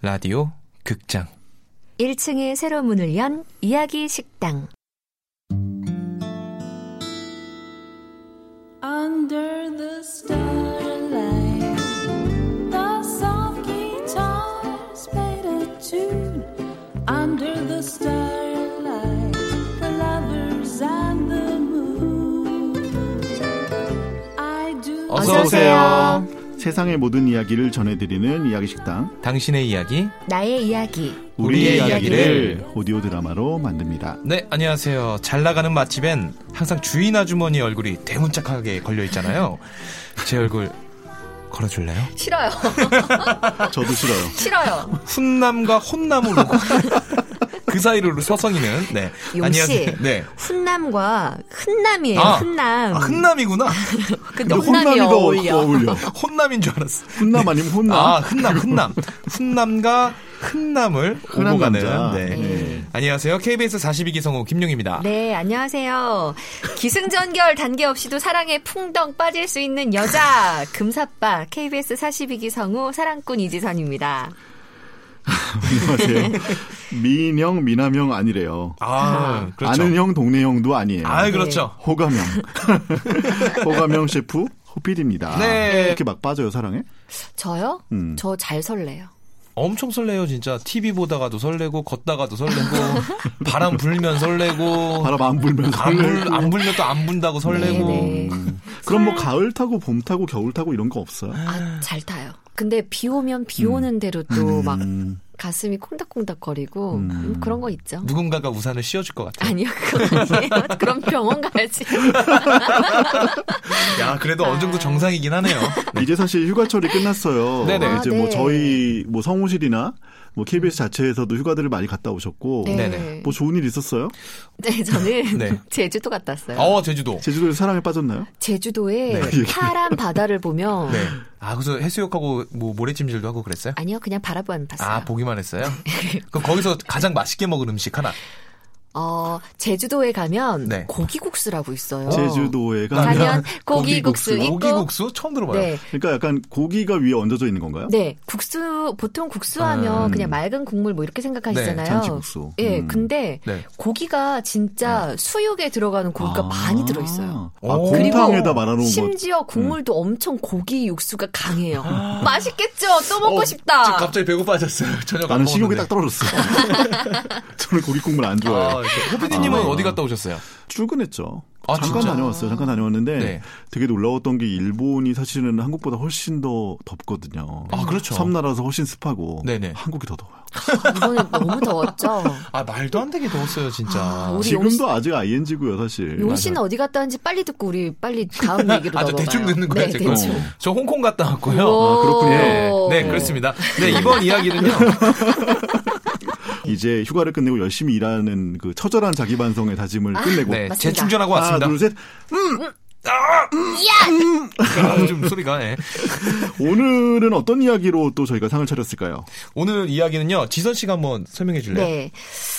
라디오 극장 1층에 새로 문을 연 이야기 식당. Under the starlight, the soft guitars played a tune. Under the starlight, the lovers and the moon. I do. 어서 오세요. 세상의 모든 이야기를 전해드리는 이야기 식당 당신의 이야기. 나의 이야기. 우리의 이야기를 오디오 드라마로 만듭니다. 네, 안녕하세요. 잘 나가는 맛집엔 항상 주인 아주머니 얼굴이 대문짝하게 걸려 있잖아요. 제 얼굴 걸어 줄래요? 싫어요. 저도 싫어요. 싫어요. 훈남과 혼남으로 그 사이로 서성이는 네. 용 씨. 안녕하세요. 네. 훈남과 흔남이에요. 아. 흔남. 아, 흔남이구나. 근데 혼남이 더 어울려. 어울려. 혼남인 줄 알았어. 훈남 아니면 혼남. 아, 흔남, 흔남. 흔남과 흔남을 흔한 오고 가는. 남자. 네. 네. 안녕하세요. KBS 42기 성우 김용입니다. 네, 안녕하세요. 기승전결 단계 없이도 사랑에 풍덩 빠질 수 있는 여자 금사빠 KBS 42기 성우 사랑꾼 이지선입니다. 안녕하세요. 미인형, 미남형 아니래요. 아, 그렇죠. 아는 형, 동네 형도 아니에요. 아, 그렇죠. 호감형. 호감형 셰프 호필입니다. 네. 이렇게 막 빠져요, 사랑에? 저요? 음. 저 잘 설레요. 엄청 설레요, 진짜. TV 보다가도 설레고, 걷다가도 설레고, 바람 불면 설레고, 바람 안 불면서. 안, 불, 안 불면 또 안 분다고 설레고. 네, 그럼 뭐 가을 타고 봄 타고 겨울 타고 이런 거 없어요? 아, 잘 타요. 근데 비 오면 비 오는 대로 또 막 음. 가슴이 콩닥콩닥 거리고 음, 그런 거 있죠. 누군가가 우산을 씌워줄 것 같아요. 아니요, 그건 아니에요. 그럼 병원 가야지. 야, 그래도 어느 정도 정상이긴 하네요. 이제 사실 휴가철이 끝났어요. 네네. 이제 아, 뭐 네. 음. 저희 뭐 성우실이나 뭐 KBS 자체에서도 휴가들을 많이 갔다 오셨고 네. 네네. 뭐 좋은 일 있었어요? 네, 저는 네. 제주도 갔다 왔어요. 어, 제주도. 제주도에 사랑에 빠졌나요? 제주도에 파란 바다를 보면 네. 아, 그래서 해수욕하고, 뭐, 모래찜질도 하고 그랬어요? 아니요, 그냥 바라만 봤어요. 네. 아, 보기만 했어요? 그럼 거기서 가장 맛있게 먹은 음식 하나. 어, 제주도에 가면 네. 고기국수라고 있어요. 제주도에 가면 가면 고기국수 있고 고기국수? 처음 들어봐요. 네. 그러니까 약간 고기가 위에 얹어져 있는 건가요? 네, 국수 보통 국수하면 음. 그냥 맑은 국물 뭐 이렇게 생각하시잖아요. 네, 잔치국수. 예, 음. 근데 네. 고기가 진짜 수육에 들어가는 고기가 아. 많이 그러니까 들어 있어요. 아, 오. 곰탕에다 말아놓은 거. 심지어 국물도 엄청 고기 육수가 강해요. 맛있겠죠? 또 먹고 싶다. 아. 어, 지금 갑자기 배고파졌어요. 저녁 안 나는 식욕이 먹었는데. 딱 떨어졌어. 저는 고기 국물 안 좋아해요. 아, 이렇게. 호피디님은 아. 어디 갔다 오셨어요? 출근했죠. 아, 잠깐 진짜? 다녀왔어요. 잠깐 다녀왔는데 네. 되게 놀라웠던 게 일본이 사실은 한국보다 훨씬 더 덥거든요. 아, 그렇죠. 섬나라서 훨씬 습하고 네네. 한국이 더 더워요. 이번에 너무 더웠죠? 아 말도 안 되게 더웠어요 진짜. 아, 우리 지금도 용씨- 아직 ING고요, 사실. 용 씨는 어디 갔다 왔는지 빨리 듣고 우리 빨리 다음 얘기로 네, 아, 저 넘어가요. 대충 듣는 거예요, 네, 제 거. 대충. 저 홍콩 갔다 왔고요. 오. 그렇군요. 네, 네, 그렇습니다. 네, 이번 이야기는요. 이제 휴가를 끝내고 열심히 일하는 그 처절한 자기 반성의 다짐을 끝내고 네, 맞습니다. 재충전하고 하나 왔습니다. 둘 셋. 아, 좀 소리가. 예. 오늘은 어떤 이야기로 또 저희가 상을 차렸을까요? 오늘 이야기는요. 지선 씨가 한번 설명해 줄래요? 네.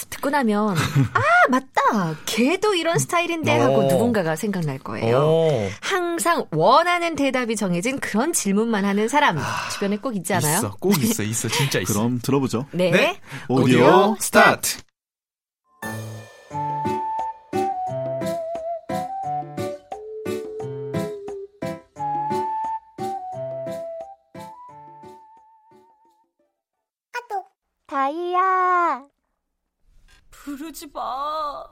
듣고 나면 아 맞다. 걔도 이런 스타일인데 하고 오. 누군가가 생각날 거예요. 오, 항상 원하는 대답이 정해진 그런 질문만 하는 사람 주변에 꼭 있지 않아요? 아, 있어, 꼭 있어, 있어, 진짜 있어. 그럼 들어보죠. 네. 네. 오디오, 오디오 스타트. 다이야, 부르지 마.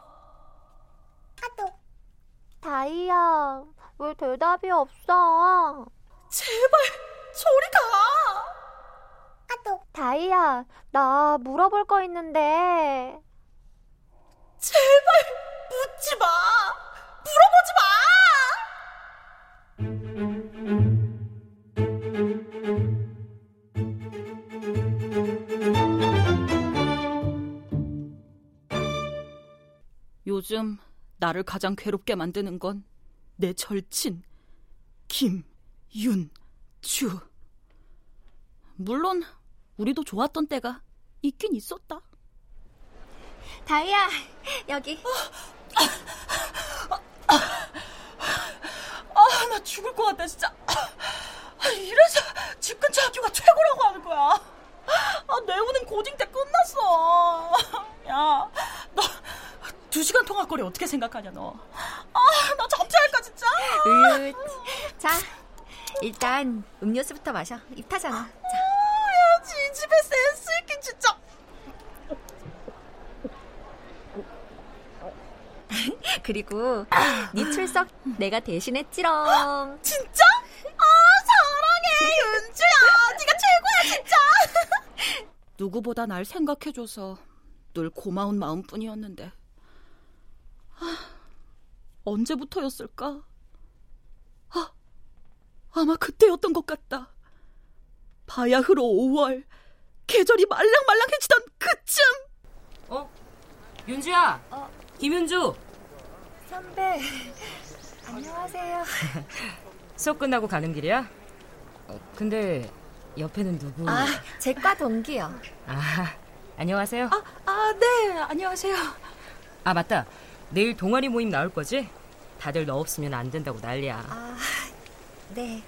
다이야, 왜 대답이 없어? 제발 저리 가. 다이야, 나 물어볼 거 있는데. 제발 묻지 마. 물어보지 마. 요즘 나를 가장 괴롭게 만드는 건 내 절친 김윤주. 물론 우리도 좋았던 때가 있긴 있었다. 다이야, 여기. 아, 나 죽을 것 같다, 진짜. 아, 이래서 집 근처 학교가 최고라고 하는 거야. 아, 내 우는 고딩 때 끝났어. 야, 너 두 시간 통화 거리 어떻게 생각하냐 너. 아, 나 잠자할까 진짜. 으읒. 자, 일단 음료수부터 마셔. 입 타잖아. 뭐야지 이 집에 센스 있긴 진짜. 그리고 네 출석 내가 대신했지롱. 진짜? 아 사랑해 윤주야. 네가 최고야 진짜. 누구보다 날 생각해줘서 늘 고마운 마음뿐이었는데 아, 언제부터였을까? 아, 아마 그때였던 것 같다. 바야흐로 5월 계절이 말랑말랑해지던 그쯤 어? 윤주야! 어? 김윤주! 선배, 네. 안녕하세요. 수업 끝나고 가는 길이야? 어, 근데 옆에는 누구? 아, 제 과 동기요. 아, 안녕하세요. 아, 네, 안녕하세요. 아, 맞다. 내일 동아리 모임 나올 거지? 다들 너 없으면 안 된다고 난리야. 아, 네.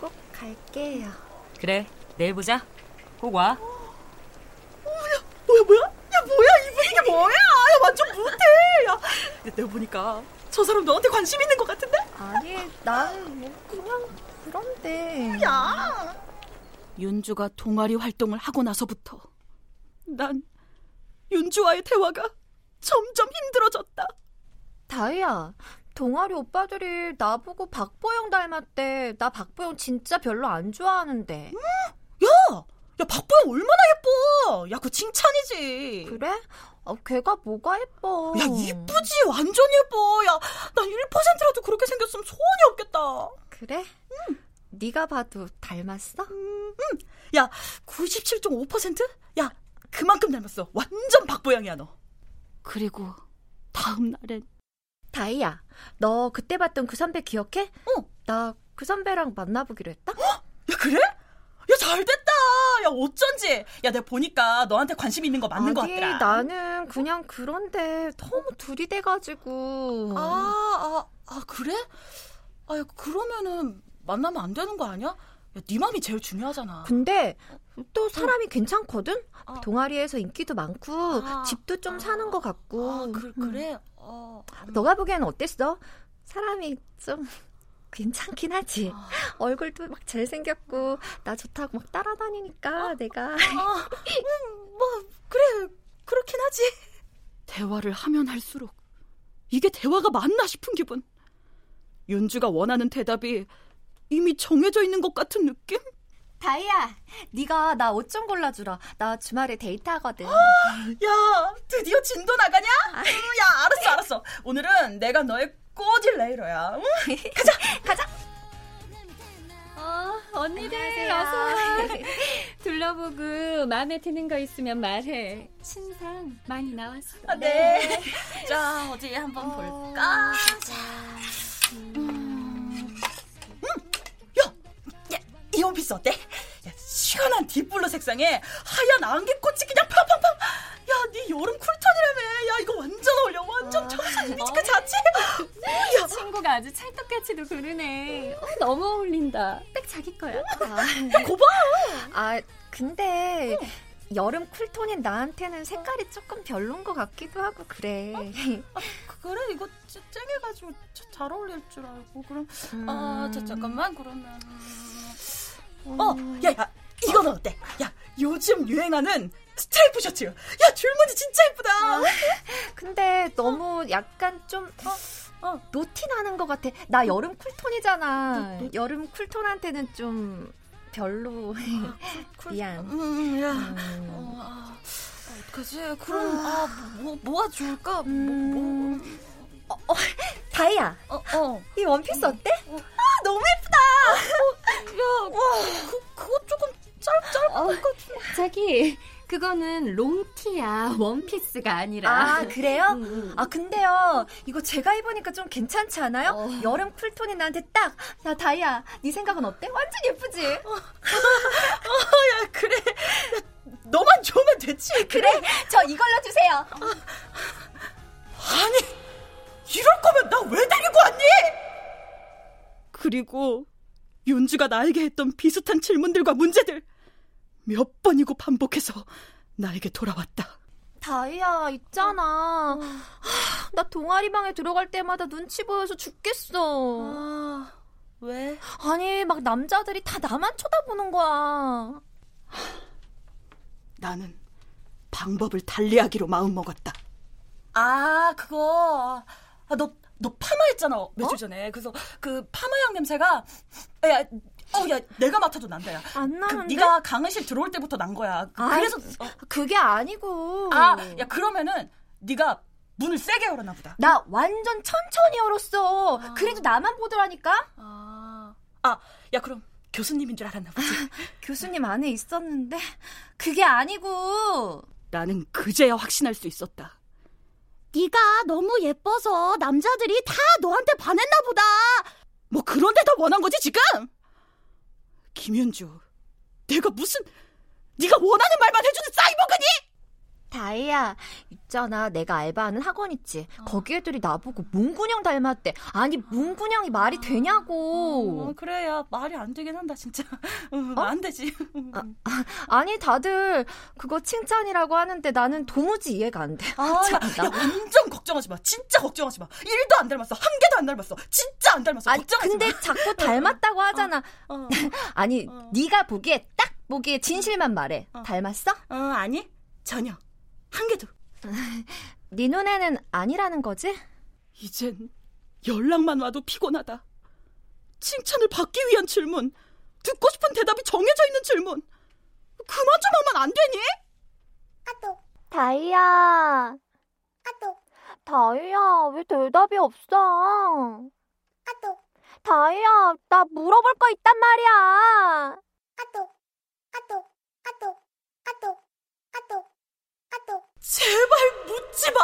꼭 갈게요. 그래, 내일 보자. 꼭 와. 뭐야, 뭐야? 야, 뭐야, 이 분위기 뭐야? 야, 완전 못해. 야, 근데 내가 보니까 저 사람 너한테 관심 있는 것 같은데? 아니, 난 뭐 그냥 그런데. 윤주가 동아리 활동을 하고 나서부터 난 윤주와의 대화가 점점 힘들어졌다. 다희야, 동아리 오빠들이 나보고 박보영 닮았대. 나 박보영 진짜 별로 안 좋아하는데. 야, 야 박보영 얼마나 예뻐. 야, 그 칭찬이지. 그래? 아, 걔가 뭐가 예뻐. 야, 이쁘지? 완전 예뻐. 야, 난 1%라도 그렇게 생겼으면 소원이 없겠다. 그래? 네가 봐도 닮았어? 97.5%? 야, 그만큼 닮았어. 완전 박보영이야, 너. 그리고 다음 날엔 다희야, 너 그때 봤던 그 선배 기억해? 어. 나 그 선배랑 만나보기로 했다? 야, 그래? 야, 잘 됐다. 야, 어쩐지. 야, 내가 보니까 너한테 관심 있는 거 맞는 거 아니, 같더라. 나는 그냥 그런데 너무 둘이 돼가지고. 아, 아, 아, 그래? 아, 야, 그러면은 만나면 안 되는 거 아니야? 야, 네 맘이 제일 중요하잖아. 근데 또 어. 사람이 괜찮거든? 아. 동아리에서 인기도 많고, 아. 집도 좀 사는 것 같고. 아, 그, 음. 그래? 어. 음. 너가 보기엔 어땠어? 사람이 좀 괜찮긴 하지. 아. 얼굴도 막 잘생겼고, 나 좋다고 막 따라다니니까 내가. 아, 음, 뭐, 그래. 그렇긴 하지. 대화를 하면 할수록 이게 대화가 맞나 싶은 기분. 윤주가 원하는 대답이 이미 정해져 있는 것 같은 느낌? 다이야, 네가 나 옷 좀 골라주라. 나 주말에 데이트하거든. 야, 드디어 진도 나가냐? 음, 야, 알았어, 알았어. 오늘은 내가 너의 꼬질 레이러야. 응? 언니들 어서 둘러보고 마음에 드는 거 있으면 말해. 신상 많이 나왔어. 아, 네. 어. 자, 어디 한번 볼까? 자. 음. 야, 야, 이 원피스 어때? 야, 시원한 딥블루 색상에 하얀 안개꽃이 그냥 팡팡팡. 야, 네 여름 쿨톤이라며. 야, 이거 완전 어울려. 완전 청순 이미지 그 자체. 친구가 아주 찰떡같이도 그러네. 어, 너무 어울린다. 딱 자기 거야. 아, 근데 여름 쿨톤인 나한테는 색깔이 조금 별론 것 같기도 하고 그래. 그래, 이거 쨍해가지고 잘 어울릴 줄 알고. 그럼, 음. 아, 자, 잠깐만. 그러면. 어, 야, 야, 이건 어때? 야, 요즘 유행하는 스트라이프 셔츠. 야, 줄무늬 진짜 예쁘다. 근데 너무 약간 좀 어, 어. 노티 나는 것 같아. 나 여름 쿨톤이잖아. 여름 쿨톤한테는 좀 별로. 미안. 음, 야. 음. 어, 아, 어떡하지? 그럼, 아, 뭐, 뭐가 좋을까? 뭐, 뭐. 다이야, 어, 어. 이 원피스 어때? 아, 어, 그, 그거 조금 짧, 짧. 어, 자기 그거는 롱티야. 원피스가 아니라. 음, 아, 그래요? 응, 응. 아, 근데요. 이거 제가 입으니까 좀 괜찮지 않아요? 어. 여름 쿨톤이 나한테 딱. 야, 다이야, 네 생각은 어때? 완전 예쁘지? 어, 야, 그래. 야, 너만 좋으면 됐지. 그래, 저 이걸로 주세요. 아니, 이럴 거면 나 왜 데리고 왔니? 그리고 윤주가 나에게 했던 비슷한 질문들과 문제들 몇 번이고 반복해서 나에게 돌아왔다. 다이야 있잖아. 하, 나 동아리 방에 들어갈 때마다 눈치 보여서 죽겠어. 아, 왜? 아니 막 남자들이 다 나만 쳐다보는 거야. 나는 방법을 달리하기로 마음먹었다. 아, 그거. 아, 너, 너 파마했잖아, 몇 어? 주 전에. 그래서 그 파마향 냄새가, 야, 어, 야, 내가 맡아도 난다, 야. 안 그, 나는데. 네가 강의실 들어올 때부터 난 거야. 그- 아이, 그래서, 어, 그게 아니고. 아, 야, 그러면은 네가 문을 세게 열었나 보다. 나 완전 천천히 열었어. 그래도 나만 보더라니까. 아, 아, 야, 그럼 교수님인 줄 알았나 보지. 교수님 안에 있었는데 그게 아니고. 나는 그제야 확신할 수 있었다. 네가 너무 예뻐서 남자들이 다 너한테 반했나 보다. 뭐 그런데 더 원한 거지 지금? 김현주, 내가 무슨 네가 원하는 말만 해주는 사이버그니? 다이야 있잖아 내가 알바하는 학원 있지 거기 애들이 나보고 문근영 닮았대 어. 아니 문근영이 말이 되냐고 어, 그래야 말이 안 되긴 한다, 진짜. 음, 어? 안 되지. 아니 다들 그거 칭찬이라고 하는데 나는 도무지 이해가 안돼 아, 야, 야, 완전 걱정하지 마. 진짜 걱정하지 마. 일도안 닮았어. 한 개도 안 닮았어. 진짜 안 닮았어. 아니 걱정하지 근데 마. 자꾸 닮았다고 하잖아 어, 아니 어. 네가 보기에 딱 보기에 진실만 말해 닮았어? 어, 아니? 전혀 한 개도. 네 눈에는 아니라는 거지? 이젠 연락만 와도 피곤하다. 칭찬을 받기 위한 질문, 듣고 싶은 대답이 정해져 있는 질문. 그만 좀 하면 안 되니? 다이야. 다이야, 왜 대답이 없어? 다이야, 나 물어볼 거 있단 말이야. 제발 묻지 마!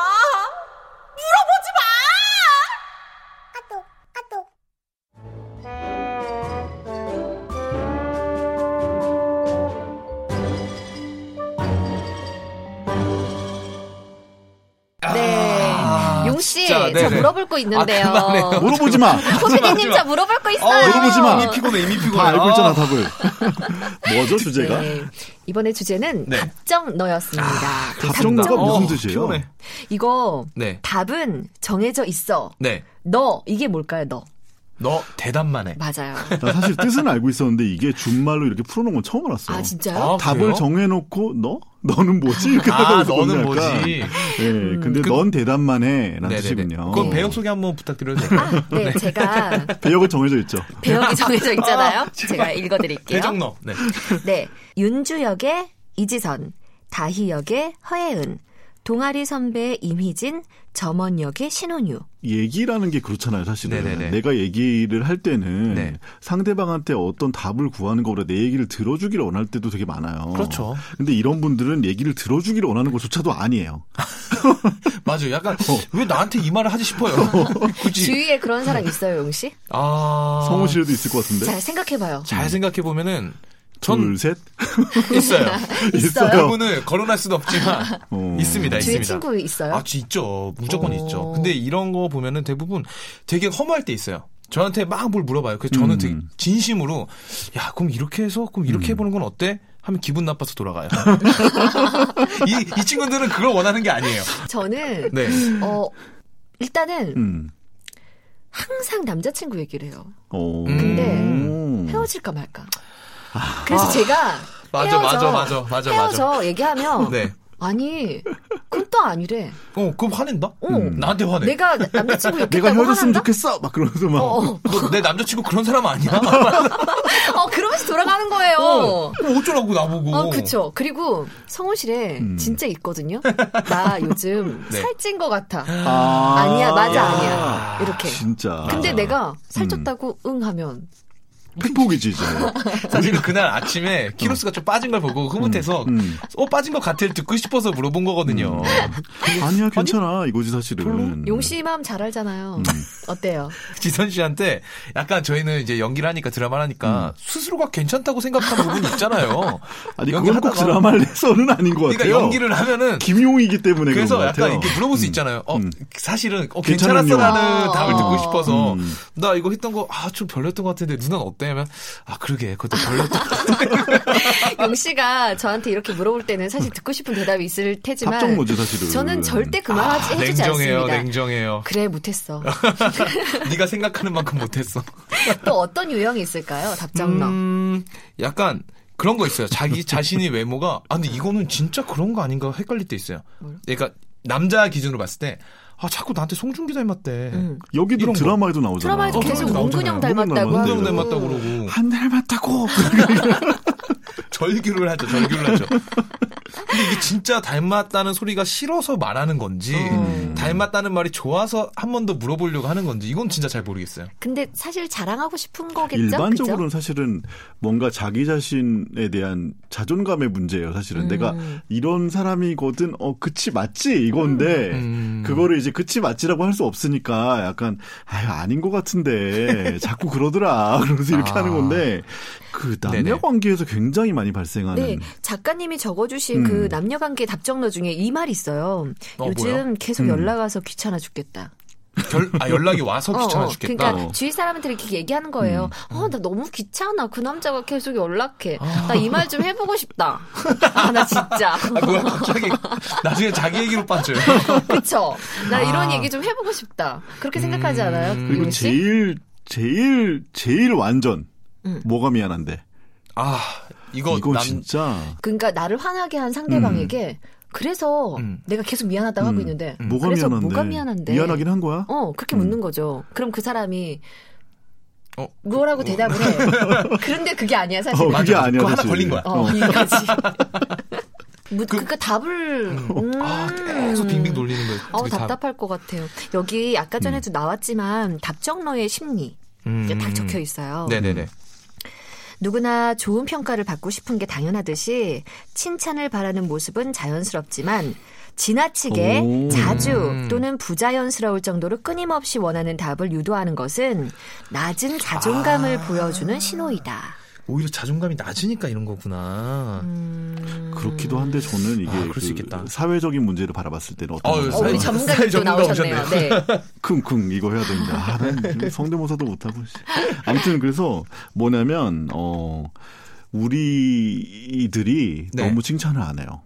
네. 용씨, 아, 진짜, 저 네네. 물어볼 거 있는데요. 아, 그만해요. 물어보지 마. 호피디님 저 물어볼 아, 거 있어요. 물어보지 마. 이미 피곤해, 이미 피곤해. 다 알고 있잖아 아. 답을. 뭐죠 주제가? 네. 이번에 주제는 네. 답정 너였습니다. 그 답정너가 답정 너. 무슨 어, 뜻이에요? 피곤해. 이거 네. 답은 정해져 있어. 네. 너 이게 뭘까요? 너 너 대답만 해. 맞아요. 나 사실 뜻은 알고 있었는데 이게 준말로 이렇게 풀어놓은 건 처음 알았어. 아 진짜요? 아, 답을 그래요? 정해놓고 너? 너는 뭐지? 이렇게 아, 따라서 너는 뭔가 약간, 뭐지? 예, 근데 그- 넌 대답만 해라는 네네네. 뜻이군요. 그건 배역 소개 한번 부탁드려도 될까요? 아, 네, 제가 배역은 정해져 있죠. 배역이 정해져 있잖아요. 아, 제가 읽어드릴게요. 대정너. 네. 네. 윤주역의 이지선, 다희역의 허혜은, 동아리 선배 임희진, 점원역의 신혼유. 얘기라는 게 그렇잖아요, 사실은. 네네네. 내가 얘기를 할 때는 네. 상대방한테 어떤 답을 구하는 것보다 내 얘기를 들어주기를 원할 때도 되게 많아요. 그렇죠. 근데 이런 분들은 얘기를 들어주기를 원하는 것조차도 아니에요. 맞아요. 약간 왜 나한테 이 말을 하지 싶어요. 굳이. 네. 주위에 그런 사람 있어요, 용 씨? 아. 성우 씨에도 있을 것 같은데. 잘 생각해봐요. 잘 생각해 보면은 전 둘, 셋. 있어요. 있어요. 그분을 거론할 수는 없지만 어. 네, 있습니다. 주위 있습니다. 친구 있어요? 아, 있죠. 무조건 어. 있죠. 근데 이런 거 보면은 대부분 되게 허무할 때 있어요. 저한테 막 뭘 물어봐요. 그래서 저는 음. 되게 진심으로 야, 그럼 이렇게 해서 그럼 이렇게 해보는 건 어때? 하면 기분 나빠서 돌아가요. 이, 이 친구들은 그걸 원하는 게 아니에요. 저는, 네. 어, 일단은 음. 항상 남자친구 얘기를 해요. 음. 어. 근데 음. 헤어질까 말까. 그래서 제가 헤어져, 아. 맞아, 헤어져 얘기하면 네. 아니 그건 또 아니래. 어, 그럼 화낸다? 음. 나한테 화내. 내가 나- 남자친구 내가 욕했다고 헤어졌으면 화난다? 좋겠어. 막 그러면서 막. 아, 어, 어. 너 내 남자친구 그런 사람 아니야? 어, 그러면서 돌아가는 거예요. 어, 그럼 어쩌라고 나보고. 어, 그쵸. 그리고 성우실에 음. 진짜 있거든요. 나 요즘 네. 살찐 것 같아. 아. 아니야, 맞아, 아니야. 이렇게. 진짜. 근데 내가 음. 살쪘다고 응 하면 팩폭이지, 이제. 사실 그날 아침에 키로스가 좀 빠진 걸 보고 흐뭇해서 음. 어 빠진 것 같아 듣고 싶어서 물어본 거거든요. 아니야, 괜찮아. 이거지, 사실은. 용 씨 마음 잘 알잖아요. 어때요? 지선 씨한테 약간 저희는 이제 연기를 하니까 드라마를 하니까 스스로가 괜찮다고 생각하는 부분이 있잖아요. 음. 아니, 그건 연기하다가. 꼭 드라마를 해서는 아닌 것 같아요. 그러니까 연기를 하면은 김용이기 때문에 그런 것 그래서 같아요. 약간 이렇게 물어볼 수 있잖아요. 어, 음. 사실은 어, 괜찮은요. 괜찮았어라는 아. 답을 듣고 싶어서 음. 나 이거 했던 거 아 좀 별로였던 것 같은데 누나는 어때? 때면 아 그러게 그것도 별로다. 용 씨가 저한테 이렇게 물어볼 때는 사실 듣고 싶은 대답이 있을 테지만 합정모죠 사실은. 저는 절대 그 말 하지 해주지 아, 냉정해요, 않습니다. 냉정해요. 그래 못했어. 네가 생각하는 만큼 못했어. 또 어떤 유형이 있을까요? 답장러. 음, 약간 그런 거 있어요. 자기 자신이 외모가 아 근데 이거는 진짜 그런 거 아닌가 헷갈릴 때 있어요. 그러니까 남자 기준으로 봤을 때. 아 자꾸 나한테 송중기 닮았대. 음. 여기도 이런 거. 어, 드라마에도 어, 나오잖아. 드라마에도 계속 나오잖아요. 문근영 닮았다고 문근영 한동 닮았다 하고. 고 그러고 한 닮았다고. 그러니까 절규를 하죠. 절규를 하죠. 근데 이게 진짜 닮았다는 소리가 싫어서 말하는 건지 음. 닮았다는 말이 좋아서 한 번 더 물어보려고 하는 건지 이건 진짜 잘 모르겠어요. 근데 사실 자랑하고 싶은 거겠죠. 일반적으로는 그죠? 사실은 뭔가 자기 자신에 대한 자존감의 문제예요. 사실은 내가 음. 이런 사람이거든, 어 그치 맞지 이건데 음. 그거를 이제 그치 맞지라고 할 수 없으니까 약간 아유 아닌 것 같은데 자꾸 그러더라 그러면서 이렇게 아. 하는 건데 그 남녀 네네. 관계에서 굉장히 많이 발생하는 네, 작가님이 적어주신 음. 그 남녀관계 답정너 중에 이 말 있어요. 어, 요즘 뭐야? 계속 음. 연락 와서 귀찮아 죽겠다. 결, 아 연락이 와서 어, 귀찮아 어. 죽겠다. 음. 그러니까 주위 사람한테 이렇게 얘기하는 거예요. 어, 나 너무 귀찮아. 그 남자가 계속 연락해. 나 이 말 좀 해보고 싶다. 아, 나 진짜. 아, 뭐야 갑자기 나중에 자기 얘기로 빠져요. 그쵸? 나 이런 아. 음. 얘기 좀 해보고 싶다. 그렇게 생각하지 않아요? 그리고 그리고 용 씨? 제일 제일 제일 완전 음. 뭐가 미안한데 아 이거 이거 남 진짜 그러니까 나를 화나게 한 상대방에게 그래서 음. 음. 내가 계속 미안하다고 하고 음. 있는데 뭐가 그래서 미안한데 뭐가 미안한데 미안하긴 한 거야. 어 그렇게 묻는 거죠. 그럼 그 사람이 어, 뭐라고 대답을 해. 그런데 그게 아니야 사실. 어, 은 그게 맞아. 아니야. 그거 하나 사실. 걸린 거야. 어 여기까지. 무- 그러니까 답을 음. 아 계속 빙빙 돌리는 거예요. 어우 그 답. 답답할 것 같아요. 여기 아까 전에도 나왔지만 답정러의 심리 음. 이게 딱 적혀 있어요. 네네네. 누구나 좋은 평가를 받고 싶은 게 당연하듯이 칭찬을 바라는 모습은 자연스럽지만 지나치게 오. 음. 자주 또는 부자연스러울 정도로 끊임없이 원하는 답을 유도하는 것은 낮은 아. 자존감을 보여주는 신호이다. 오히려 자존감이 낮으니까 이런 거구나. 음. 그렇기도 한데 저는 이게 아, 그럴 그 수 있겠다. 사회적인 문제를 바라봤을 때는 어, 어떤 어, 우리 사회- 거 사회 전문가님 또 전문가 나오셨네요. 네. 쿵쿵 이거 해야 되는데 아, 난 지금 성대모사도 못하고 씨. 아무튼 그래서 뭐냐면 어 우리들이 네. 너무 칭찬을 안 해요.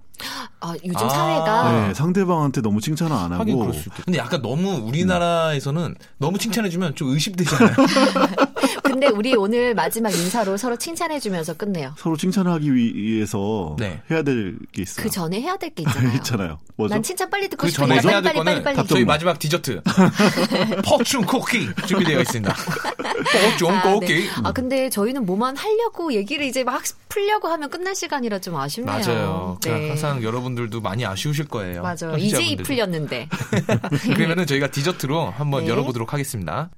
아, 요즘 아. 사회가 네, 상대방한테 너무 칭찬을 안 하긴 하고 그럴 수 있겠다. 근데 약간 너무 우리나라에서는 너무 칭찬해주면 좀 의심되잖아요. 근데 우리 오늘 마지막 인사로 서로 칭찬해주면서 끝내요. 서로 칭찬을 하기 위해서 네. 해야 될 게 있어요. 네, 그 전에 해야 될 게 있잖아요. 있잖아요. 뭐죠? 난 칭찬 빨리 듣고 그 전에 싶은데 해야 빨리 될 빨리 거는 빨리 빨리. 답- 저희 뭐. 마지막 디저트 퍼춘 쿠키 준비되어 있습니다. 퍼춘 아, 쿠키. 네. 아, 근데 저희는 뭐만 하려고 얘기를 이제 막 풀려고 하면 끝날 시간이라 좀 아쉽네요. 맞아요. 그냥 네. 항상 여러분들도 많이 아쉬우실 거예요. 맞아요. 이제 이 청취자분들도. 풀렸는데. 그러면은 저희가 디저트로 한번 네. 열어보도록 하겠습니다.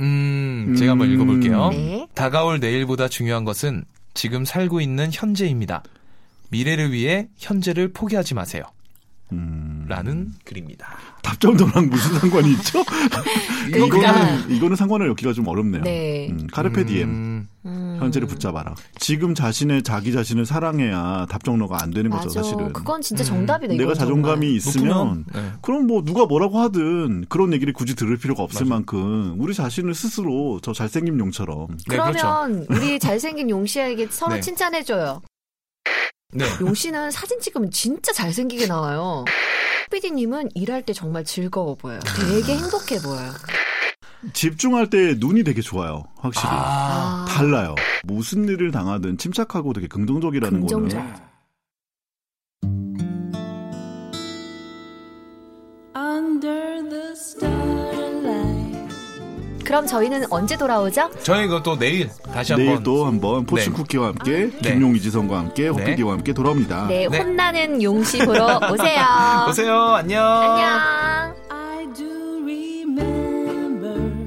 음, 제가 한번 읽어볼게요. 네. 다가올 내일보다 중요한 것은 지금 살고 있는 현재입니다. 미래를 위해 현재를 포기하지 마세요. 음, 라는 글입니다. 답정도랑 무슨 상관이 있죠? 그러니까. 이거는 이거는 상관을 엮기가 좀 어렵네요. 네. 음, 카르페 디엠. 음, 현재를 붙잡아라. 지금 자신의 자기 자신을 사랑해야 답정너가 안 되는 거죠, 맞아. 사실은. 그건 음. 진짜 정답이다. 내가 이건 네, 자존감이 있으면 높으면, 네. 그럼 뭐 누가 뭐라고 하든 그런 얘기를 굳이 들을 필요가 없을 만큼 우리 자신을 스스로 저 잘생김 용처럼 네, 정말. 그렇죠. 그러면 우리 잘생긴 용 씨에게 서로 네. 칭찬해줘요. 네. 용 씨는 사진 찍으면 진짜 잘생기게 나와요. PD님은 일할 때 정말 즐거워 보여요. 되게 행복해 보여요. 집중할 때 눈이 되게 좋아요, 확실히. 아, 아, 달라요. 무슨 일을 당하든 침착하고 되게 긍정적이라는 긍정적. 거는 Under the starlight. 그럼 저희는 언제 돌아오죠? 저희가 또 내일 다시 한번 내일 또 한번 포춘 네. 쿠키와 함께 네. 김용 이지성과 함께 네. 호피디와 함께 돌아옵니다. 네, 네. 혼나는 용 씨 보러 오세요. 보세요. 안녕. 안녕. I do remember.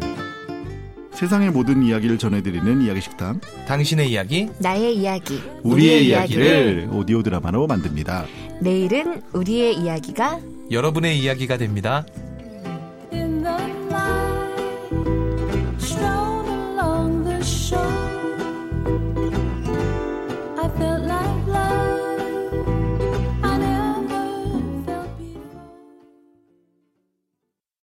세상의 모든 이야기를 전해드리는 이야기 식당 당신의 이야기 나의 이야기. 우리의 이야기를 오디오 드라마로 만듭니다. 내일은 우리의 이야기가 여러분의 이야기가 됩니다.